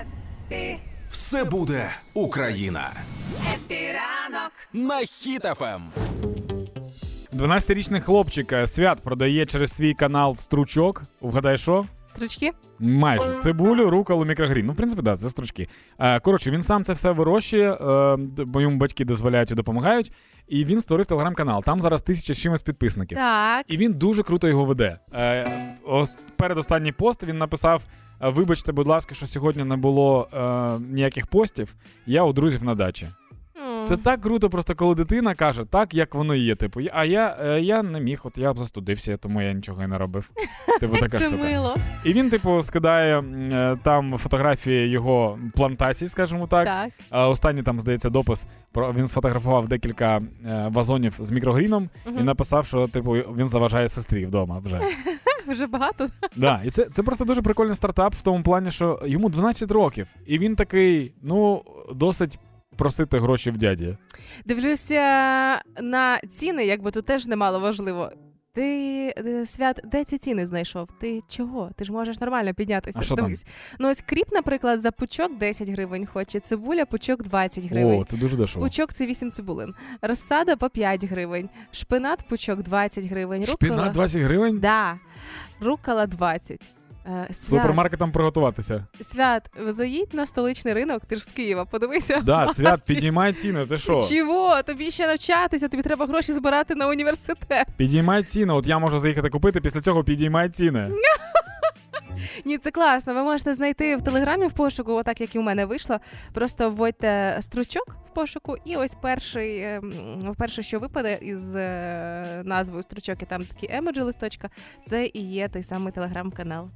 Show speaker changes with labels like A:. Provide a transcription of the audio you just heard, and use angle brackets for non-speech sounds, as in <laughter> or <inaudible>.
A: Епі,
B: Все буде Україна
A: епі ранок.
B: на Ем. хітафем.
C: 12-річний хлопчик е, свят продає через свій канал стручок. Вгадай, що?
A: Стручки?
C: Майже цибулю, руколу, мікрогрін. Ну, в принципі, да, це стручки. Е, Коротше, він сам це все вирощує, е, д- бо йому батьки дозволяють і допомагають. І він створив телеграм-канал. Там зараз тисяча з чимось підписників.
A: Так.
C: І він дуже круто його веде. Е, ос- Передостанній пост він написав: е, Вибачте, будь ласка, що сьогодні не було е, ніяких постів. Я у друзів на дачі.
A: М.
C: Це так круто, просто коли дитина каже так, як воно є. Типу, я- а я, е, я не міг, от я б застудився, тому я нічого і
A: <laughs>
C: не робив. Типу така
A: Це
C: штука.
A: мило.
C: І він, типу, скидає м, е, там фотографії його плантацій, скажімо так.
A: Так.
C: А Останній там, здається, допис про він сфотографував декілька е, вазонів з мікрогріном і
A: Мгм.
C: написав, що типу він заважає сестрі вдома вже.
A: <laughs> Вже багато.
C: Да, і це, це просто дуже прикольний стартап в тому плані, що йому 12 років, і він такий, ну, досить просити гроші в дяді.
A: Дивлюся на ціни, якби тут теж немало важливо. Ти е, свят, де ці ціни знайшов? Ти чого? Ти ж можеш нормально піднятися.
C: А що там?
A: Дивись. Ну ось кріп, наприклад, за пучок 10 гривень хоче, цибуля, пучок 20 гривень.
C: О, це дуже дешево.
A: Пучок це 8 цибулин. Розсада по 5 гривень. Шпинат пучок 20 гривень. Рукола-
C: Шпінат 20 гривень?
A: Да. Рукала 20. Е, Свят,
C: Супермаркетом приготуватися.
A: свят, заїдь на столичний ринок, ти ж з Києва, подивися.
C: Да,
A: <laughs>
C: свят,
A: вартість.
C: підіймай ціни, ти що?
A: Чого? Тобі ще навчатися, тобі треба гроші збирати на університет.
C: Підіймай ціни, от я можу заїхати купити, після цього підіймай ціни.
A: Ні, це класно. Ви можете знайти в телеграмі в пошуку, отак як і у мене вийшло. Просто вводьте стручок в пошуку, і ось перший, ем, перше, що випаде із е, назвою стручок, і там такі емоджі листочка, це і є той самий телеграм-канал.